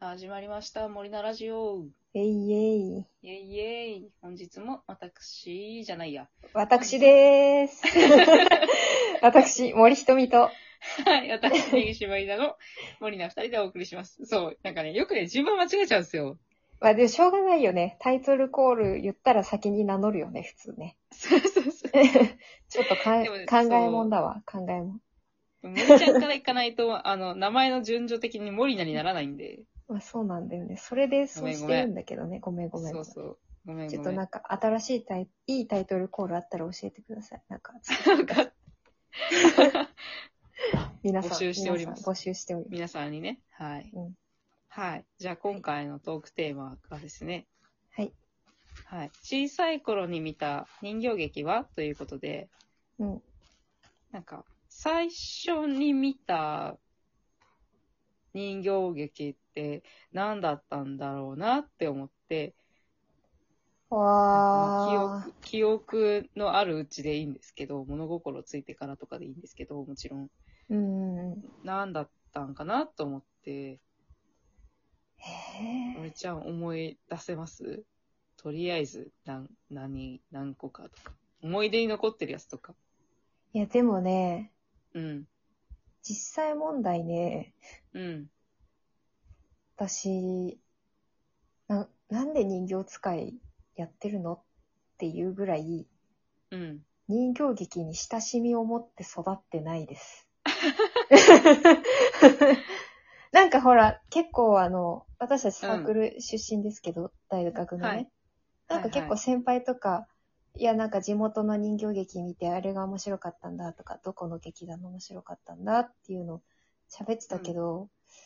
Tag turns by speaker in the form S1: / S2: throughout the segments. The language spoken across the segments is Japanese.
S1: 始まりました。森菜ラジオ。
S2: えいえい。
S1: イェイイェイ。本日も私じゃないや。
S2: 私で ーす。私、森ひとみと。
S1: はい。 私、根岸まりなの森菜二人でお送りします。そう。なんかね、よくね、順番間違えちゃうんですよ。
S2: まあでもしょうがないよね。タイトルコール言ったら先に名乗るよね、普通 ね。
S1: そうそうそう。
S2: ちょっとかん
S1: でもね
S2: 考えもんだわ、考えもん。
S1: 森ちゃんから行かないと、あの、名前の順序的に森菜にならないんで。
S2: まあそうなんだよね。それでそうしてるんだけどね。ごめんごめん。
S1: そうそう。ごめんごめん。
S2: ちょっとなんか新しいタイ、いいタイトルコールあったら教えてください。なんか、
S1: なんか、
S2: 皆さん。
S1: 募集しております
S2: 皆さん募集しておりま
S1: 皆さんにね。はい。
S2: うん
S1: はい。じゃあ今回のトークテーマがですね。
S2: す。はい。
S1: はい。小さい頃に見た人形劇はということで、
S2: うん。
S1: なんか、最初に見た人形劇って何だったんだろうなって思って、記
S2: わー
S1: 憶、記憶のあるうちでいいんですけど、物心ついてからとかでいいんですけど、もちろん、
S2: うんうんうん。
S1: 何だったんかなと思って、
S2: へー
S1: 俺ちゃん思い出せますとりあえず、何、何、何個かとか。思い出に残ってるやつとか。
S2: いや、でもね、
S1: うん。
S2: 実際問題ね、
S1: うん。
S2: 私な、なんで人形使いやってるのっていうぐらい、
S1: うん。
S2: 人形劇に親しみを持って育ってな いです。なんかほら、結構あの、私たちサークル出身ですけど、大学のね、
S1: はい
S2: なんか
S1: はいはい
S2: 結構先輩とか、いや、なんか地元の人形劇見て、あれが面白かったんだとか、どこの劇団の面白かったんだっていうのを喋ってたけど、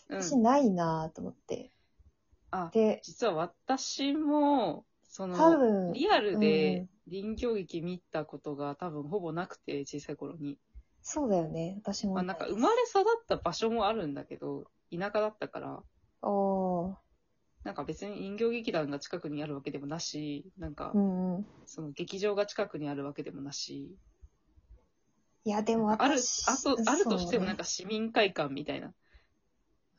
S1: うん
S2: 私ないなぁと思って。
S1: あ
S2: で、
S1: 実は私も、そ
S2: 多
S1: の、
S2: 分、
S1: リアル
S2: う
S1: で
S2: ん
S1: 臨境劇見たことが多分ほぼなくて、小さい頃に。
S2: そうだよね。私も。
S1: まあなんか生まれ育った場所もあるんだけど、田舎だったから、
S2: おー
S1: なんか別に人形劇団が近くにあるわけでもなし、なんか
S2: うんうん。
S1: その劇場が近くにあるわけでもなし、
S2: いや、でも
S1: ある、
S2: 私、
S1: あと、あるとしてもなん
S2: か。
S1: か市民会館みたいな。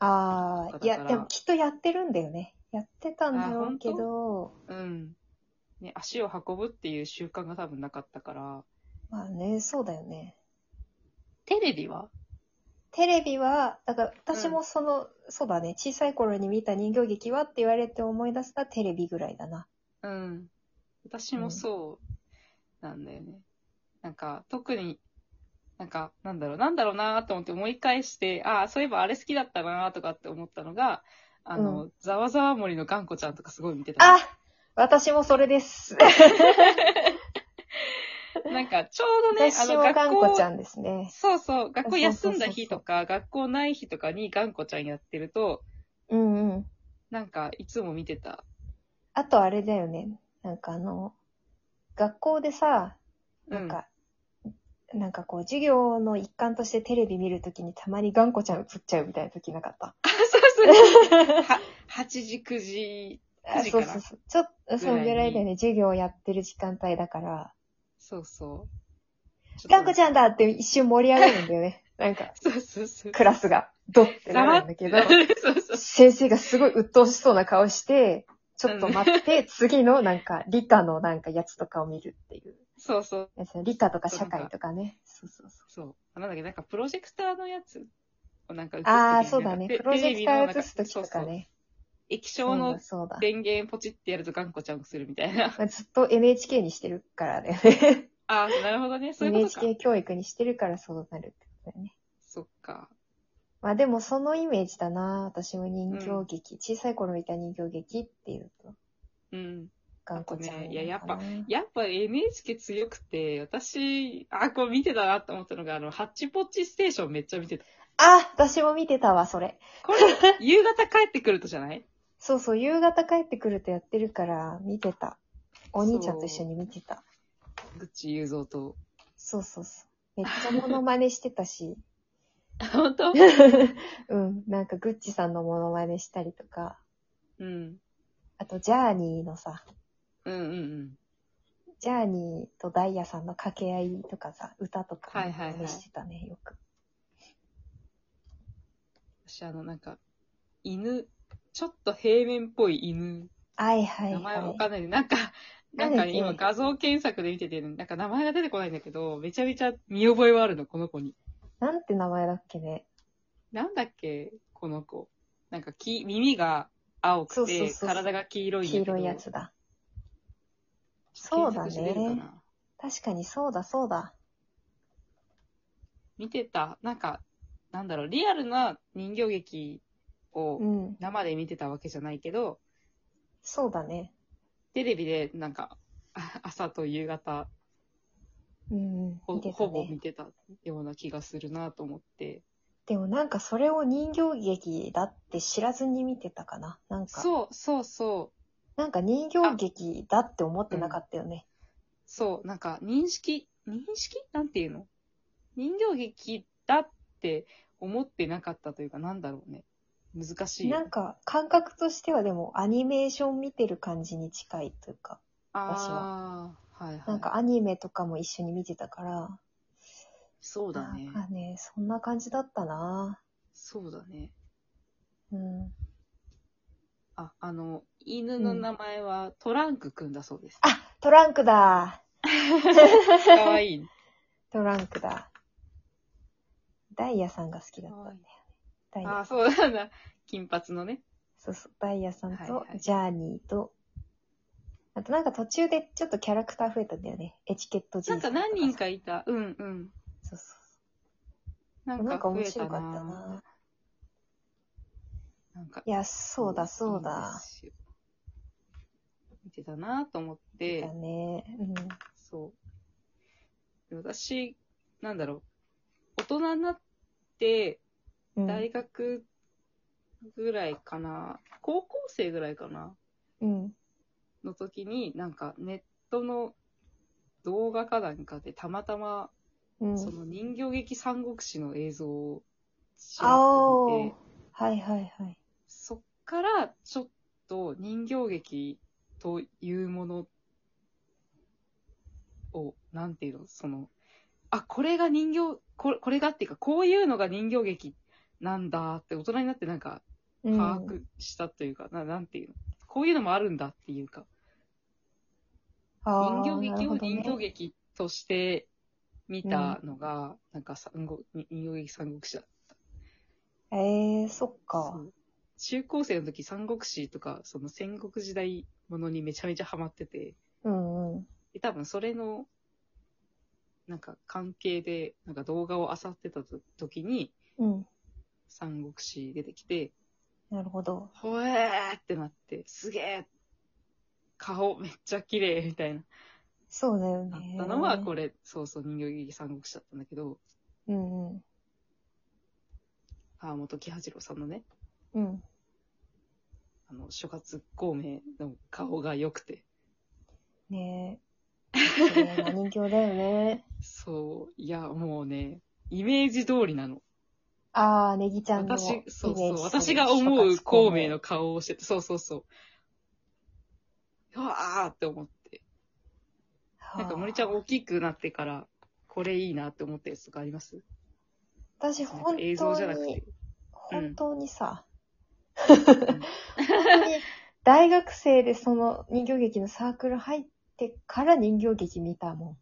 S2: ああ、い
S1: だ
S2: や、
S1: から
S2: でもきっとやってるんだよね。やってたんだろうけど、
S1: うん。ね、足を運ぶっていう習慣が多分なかったから、
S2: まあね、そうだよね。
S1: テレビは
S2: テレビは、だから私もその、そうだね、小さい頃に見た人形劇はって言われて思い出したテレビぐらいだな。
S1: うん。私もそうなんだよね。なんか、特に、なんか、なんだろう、なんだろうなと思って思い返して、ああ、そういえばあれ好きだったなとかって思ったのが、あの、
S2: う
S1: ざわざわ森の頑固ちゃんとかすごい見てた。
S2: あ私もそ れです。
S1: なんか、ちょうどね、あ
S2: 私
S1: の、
S2: もがんこ
S1: 学
S2: ちゃ
S1: 校、
S2: んですね。
S1: そうそう、学校休んだ
S2: そうそうそう
S1: 日
S2: そう
S1: とか、学校ない日とかに頑固ちゃんやってると、
S2: うんうん。
S1: なんか、いつも見てた。
S2: あとあれだよね。なんかあの、学校でさ、
S1: う
S2: なん、か、なんかこう、授業の一環としてテレビ見るときにたまに頑固ちゃん映っちゃうみたいなときなか った。
S1: そうそう。 は8時、9時、9
S2: あ
S1: 時
S2: そ
S1: か
S2: う
S1: ら
S2: そうそう。ちょっと、そ
S1: ぐらい
S2: う
S1: に
S2: ぐらいだよね。授業やってる時間帯だから、
S1: そうそう。
S2: 頑固ち
S1: ゃん
S2: ゃんだって一瞬盛り上がるんだよ ね。なんか、
S1: そうそうそう。
S2: クラスが、ドッてなるんだけど、
S1: そうそう。
S2: 先生がすごい鬱陶しそうな顔して、ちょっと待って、次のなんか、理科のなんかやつとかを見るっていう。
S1: そうそう。
S2: やつね理科とか社会とかね。そうそうそう。
S1: そう。あなんだっけ、なんかプロジェクターのやつをなんか映す時に
S2: あ
S1: なんか
S2: あ、そうだね。
S1: テ
S2: プロジェクター映すとき
S1: テレビのなん
S2: とか。ね。
S1: そうそう液
S2: そ
S1: 晶
S2: うだ
S1: の
S2: そうだ。
S1: 電源ポチってやると頑固ちゃんするみたいな。
S2: まあずっと NHK にしてるからだよね。
S1: ああ、なるほどね。そういうことか。
S2: NHK 教育にしてるからそうなるってことだよね。
S1: そっか。
S2: まあでもそのイメージだな。私も人形劇。小さい頃見た人形劇っていうと、
S1: うん。
S2: 頑固ちゃんなのかな、
S1: いややっぱやっぱ NHK 強くて、私、あ、これ見てたなと思ったのが、あの、ハッチポッチステーションめっちゃ見てた。
S2: あ私も見てたわ、それ。
S1: これ、夕方帰ってくるとじゃ ない
S2: そうそう、夕方帰ってくるとやってるから、見てた。お兄ちゃんと一緒に見てた。
S1: グッチ雄三と。
S2: そうそうそう。めっちゃモノマネしてた し。
S1: 本当
S2: うん。なんか、グッチさんのモノマネしたりとか。
S1: うん。
S2: あと、ジャーニーのさ、
S1: うんうんうん。
S2: ジャーニーとダイヤさんの掛け合いとかさ、歌とか、
S1: はいはいはい
S2: してたね、よく。
S1: 私あの、なんか、犬、ちょっと平面っぽい犬。
S2: はいはい
S1: 名前
S2: は
S1: わ
S2: い。
S1: かんない。 なんか、なんかね、
S2: ある
S1: 今
S2: ね
S1: 画像検索で見てて、なんか名前が出てこないんだけど、めちゃめちゃ見覚えはあるの、この子に。
S2: なんて名前だっけね。
S1: なんだっけ、この子。なんかき、耳が青
S2: そう
S1: く
S2: そうそう
S1: て、
S2: そう
S1: 体が黄色いんだ
S2: 黄
S1: けど
S2: 色いや。つだ。そう
S1: 検
S2: だ
S1: 索して出るか
S2: ね。
S1: な。
S2: 確かにそうだそうだ。
S1: 見てた、なんか、なんだろう、リアルな人形劇を
S2: うん。
S1: 生で見てたわけじゃないけど、
S2: そうだね。
S1: テレビでなんか、 あ朝と夕方
S2: うんうん。
S1: ほ、
S2: 見てた
S1: ほぼ見
S2: ね。
S1: てたような気がするなと思って。
S2: でもなんかそれを人形劇だって知らずに見てたかな。なんか、
S1: そう、そうそう。
S2: なんか人形劇だって思ってなかったよね。
S1: そう、なんか認識、認識なんていうの人形劇だって思ってなかったというか、なんだろうね。難しいよ。
S2: なんか感覚としてはでもアニメーション見てる感じに近いというか、私
S1: ああ、はいはい。
S2: なんかアニメとかも一緒に見てたから、
S1: そうだ
S2: なん
S1: ね。
S2: かね、そんな感じだったな
S1: そうだね。
S2: うん。
S1: あ、あの、犬の名前はトランクくんだそう です。
S2: トラン クだ
S1: かわいい。
S2: トランクだ。ダイヤさんが好きだったんだよね。ダイ
S1: あ
S2: ヤ
S1: あ、そうなんだ。金髪のね。
S2: そうそう、ダイヤさん
S1: は
S2: と
S1: いはい
S2: ジャーニーと、あとなんか途中でちょっとキャラクター増えたんだよね。エチケットじ
S1: ないん
S2: さ
S1: か
S2: とさ
S1: 何人。かいた。うんうん。
S2: そうそ
S1: な
S2: う。
S1: ん
S2: な
S1: か
S2: んか
S1: 増
S2: 面
S1: えた
S2: 白
S1: な。
S2: かったな。
S1: なんか
S2: いや、そうだそうだ。。
S1: いいんですよ見てたなと思っ
S2: だ
S1: て、
S2: ね。うん。
S1: そう。私、なんだろう。大人になって、
S2: うん
S1: 大学ぐらいかな、高校生ぐらいかな、
S2: うん。
S1: の時に、なんかネットの動画かなんかでたまたま、
S2: うん。
S1: その人形劇三国志の映像をちらっ
S2: あ
S1: と
S2: お
S1: 見
S2: ー
S1: て、
S2: はいはいはい。
S1: そっからちょっと人形劇というものを、なんていうの、その、あ、これが人形、これこれがっていうか、こういうのが人形劇なんだって大人になってなんか
S2: う
S1: 把
S2: ん。
S1: 握したというか、ななんていうの、こういうのもあるんだっていうか、
S2: あー
S1: 人形
S2: な
S1: 劇
S2: る
S1: を
S2: ほど
S1: 人
S2: ね
S1: 形劇として見たのが、なんか三国人形劇三国志だった。
S2: えー、そ
S1: そ
S2: っか。
S1: う中高生の時三国志とか、その戦国時代ものにめちゃめちゃハマってて、
S2: うんうん。
S1: で多分それの、なんか関係で、なんか動画を漁ってたと時に、
S2: うん。
S1: 三国志出てきて、
S2: なるほど。
S1: ほえーってなって、すげえ顔めっちゃ綺麗みたいな、
S2: そうだよ
S1: なっ
S2: ね。
S1: たのは、これ、そうそう、人形劇三国志だったんだけど、
S2: うんうん。
S1: 川本喜八郎さんのね、
S2: うん。
S1: あの、諸葛孔明の顔が良くて、
S2: ねえ。綺 麗な人形だよね。
S1: そう、いや、もうね、イメージ通りなの。
S2: ああ、ネギちゃんのイメ
S1: 私
S2: ー、ジす
S1: そ
S2: る。
S1: うそう、私が思う孔明の顔をしてて、そうそうそう。うわーって思って。
S2: はあ。
S1: なんか森ちゃん大きくなってから、これいいなって思ったやつとかあります
S2: 私
S1: なんか
S2: 本
S1: 映像じゃ
S2: 当
S1: なく
S2: に
S1: て、。
S2: 本当にさ、
S1: うん
S2: 本当に大学生でその人形劇のサークル入ってから人形劇見たもん。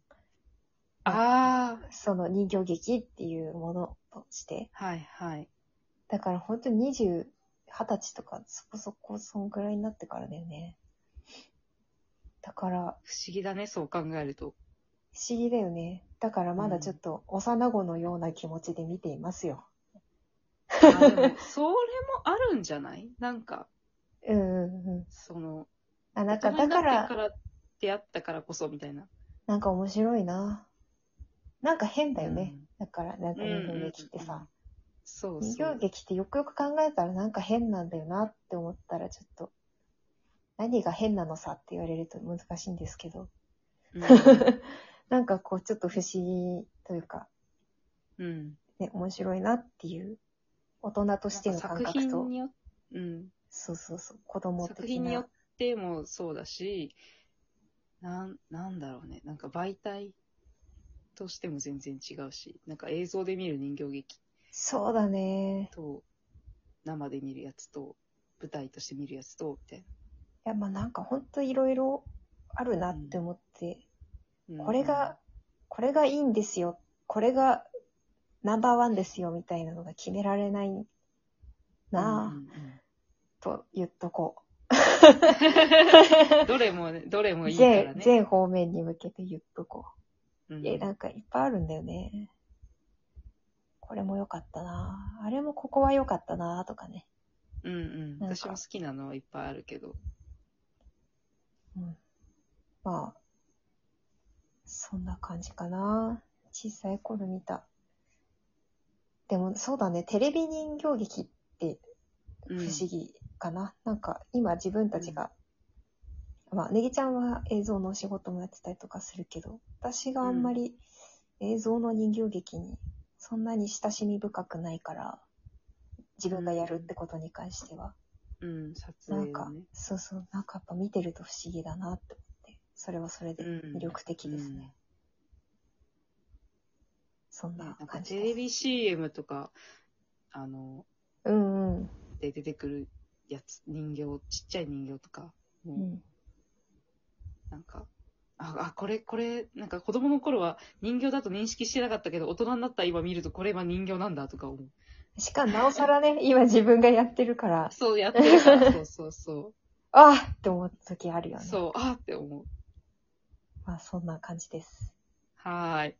S1: あー、
S2: その人形劇っていうものとして。
S1: はいはい。
S2: だから本当に20、20歳とかそこそこそんぐらいになってからだよね。だから
S1: 不思議だね、そう考えると。
S2: 不思議だよね。だからまだちょっと幼子のような気持ちで見ていますよ。
S1: あで もそれもあるんじゃないなんか、
S2: うんうんうん。
S1: その、
S2: あ、なんか
S1: 大人
S2: だ
S1: にな
S2: か、
S1: ってからら出会ったからこそみたいな。
S2: なんか面白いな。なんか変だよね。
S1: うん
S2: だから、なんか人形劇ってさ。
S1: うんうんうんそう
S2: 人
S1: そ
S2: 形
S1: う。
S2: 劇ってよくよく考えたらなんか変なんだよなって思ったらちょっと何が変なのさって言われると難しいんですけど なんかこうちょっと不思議というか、
S1: うん。うん
S2: ね、面白いなっていう大人としての感
S1: 作
S2: 覚と
S1: 品によっうん、
S2: そうそうそう子供
S1: 作
S2: 的
S1: 品によ
S2: な
S1: ってもそうだし、なん、なんだろうね。なんか媒体としても全然違うし、なんか映像で見る人形劇
S2: そうだね
S1: と、生で見るやつと、舞台として見るやつと、みたい
S2: や、まあなんかほんといろいろあるなって思って、
S1: な。うん
S2: これが、、これがいいんですよ。これがナンバーワンですよみたいなのが決められないな
S1: うん
S2: ぁと言っとこ
S1: う
S2: う。
S1: んうん どれもね、どれもいいから
S2: 全
S1: ね。
S2: 全方面に向けて言っとこ
S1: う
S2: う。
S1: ん
S2: え、なんかいっぱいあるんだよね。これも良かったなぁあれもここは良かったなぁとかね。
S1: うんうん。
S2: なんか
S1: 私も好きなのはいっぱいあるけど。
S2: うんまあ、そんな感じかな。小さい頃見た。でも、そうだね、テレビ人形劇って
S1: う
S2: 不
S1: ん
S2: 思議かな。なんか、今自分たちが、まあ、ネギちゃんは映像のお仕事もやってたりとかするけど、私があんまり映像の人形劇にそんなに親しみ深くないから、自分がやるってことに関しては。
S1: うん、撮
S2: な
S1: 影
S2: んか、
S1: のね。
S2: そうそう、なんかやっぱ見てると不思議だなって思って、それはそれで
S1: うん
S2: 魅力的ですね。
S1: うん
S2: そん
S1: ね
S2: な
S1: なんか
S2: 感
S1: テ
S2: じで
S1: レ
S2: す。
S1: ビ CM とか、あの、
S2: うんうん。
S1: で出てくるやつ、人形、ちっちゃい人形とか、もう
S2: うん、
S1: なんか、あ、あ、これ、これ、なんか子供の頃は人形だと認識してなかったけど、大人になった今見るとこれは人形なんだとか思う。
S2: しかもなおさらね、今自分がやってるから、
S1: そうやってる から、そうそうそ
S2: あーって思う時あるよ
S1: う。
S2: ね。
S1: そう、あーって思う。
S2: まあそんな感じです。
S1: はーい。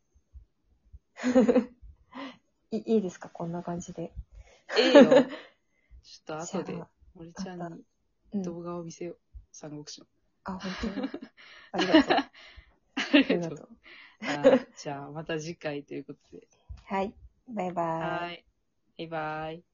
S2: いいいですかこんな感じで。
S1: ええよ。ちょっと後
S2: じ
S1: で
S2: ゃあ、
S1: 森ちゃんに
S2: うん、
S1: 動画を見せよう。三国志の。
S2: あ、本当に。ありが とう。あ
S1: あり
S2: り
S1: がと
S2: がと
S1: う。
S2: う。
S1: はいじゃあ、また次回ということで。
S2: はい。バイバイ。
S1: はーい。バイバイ。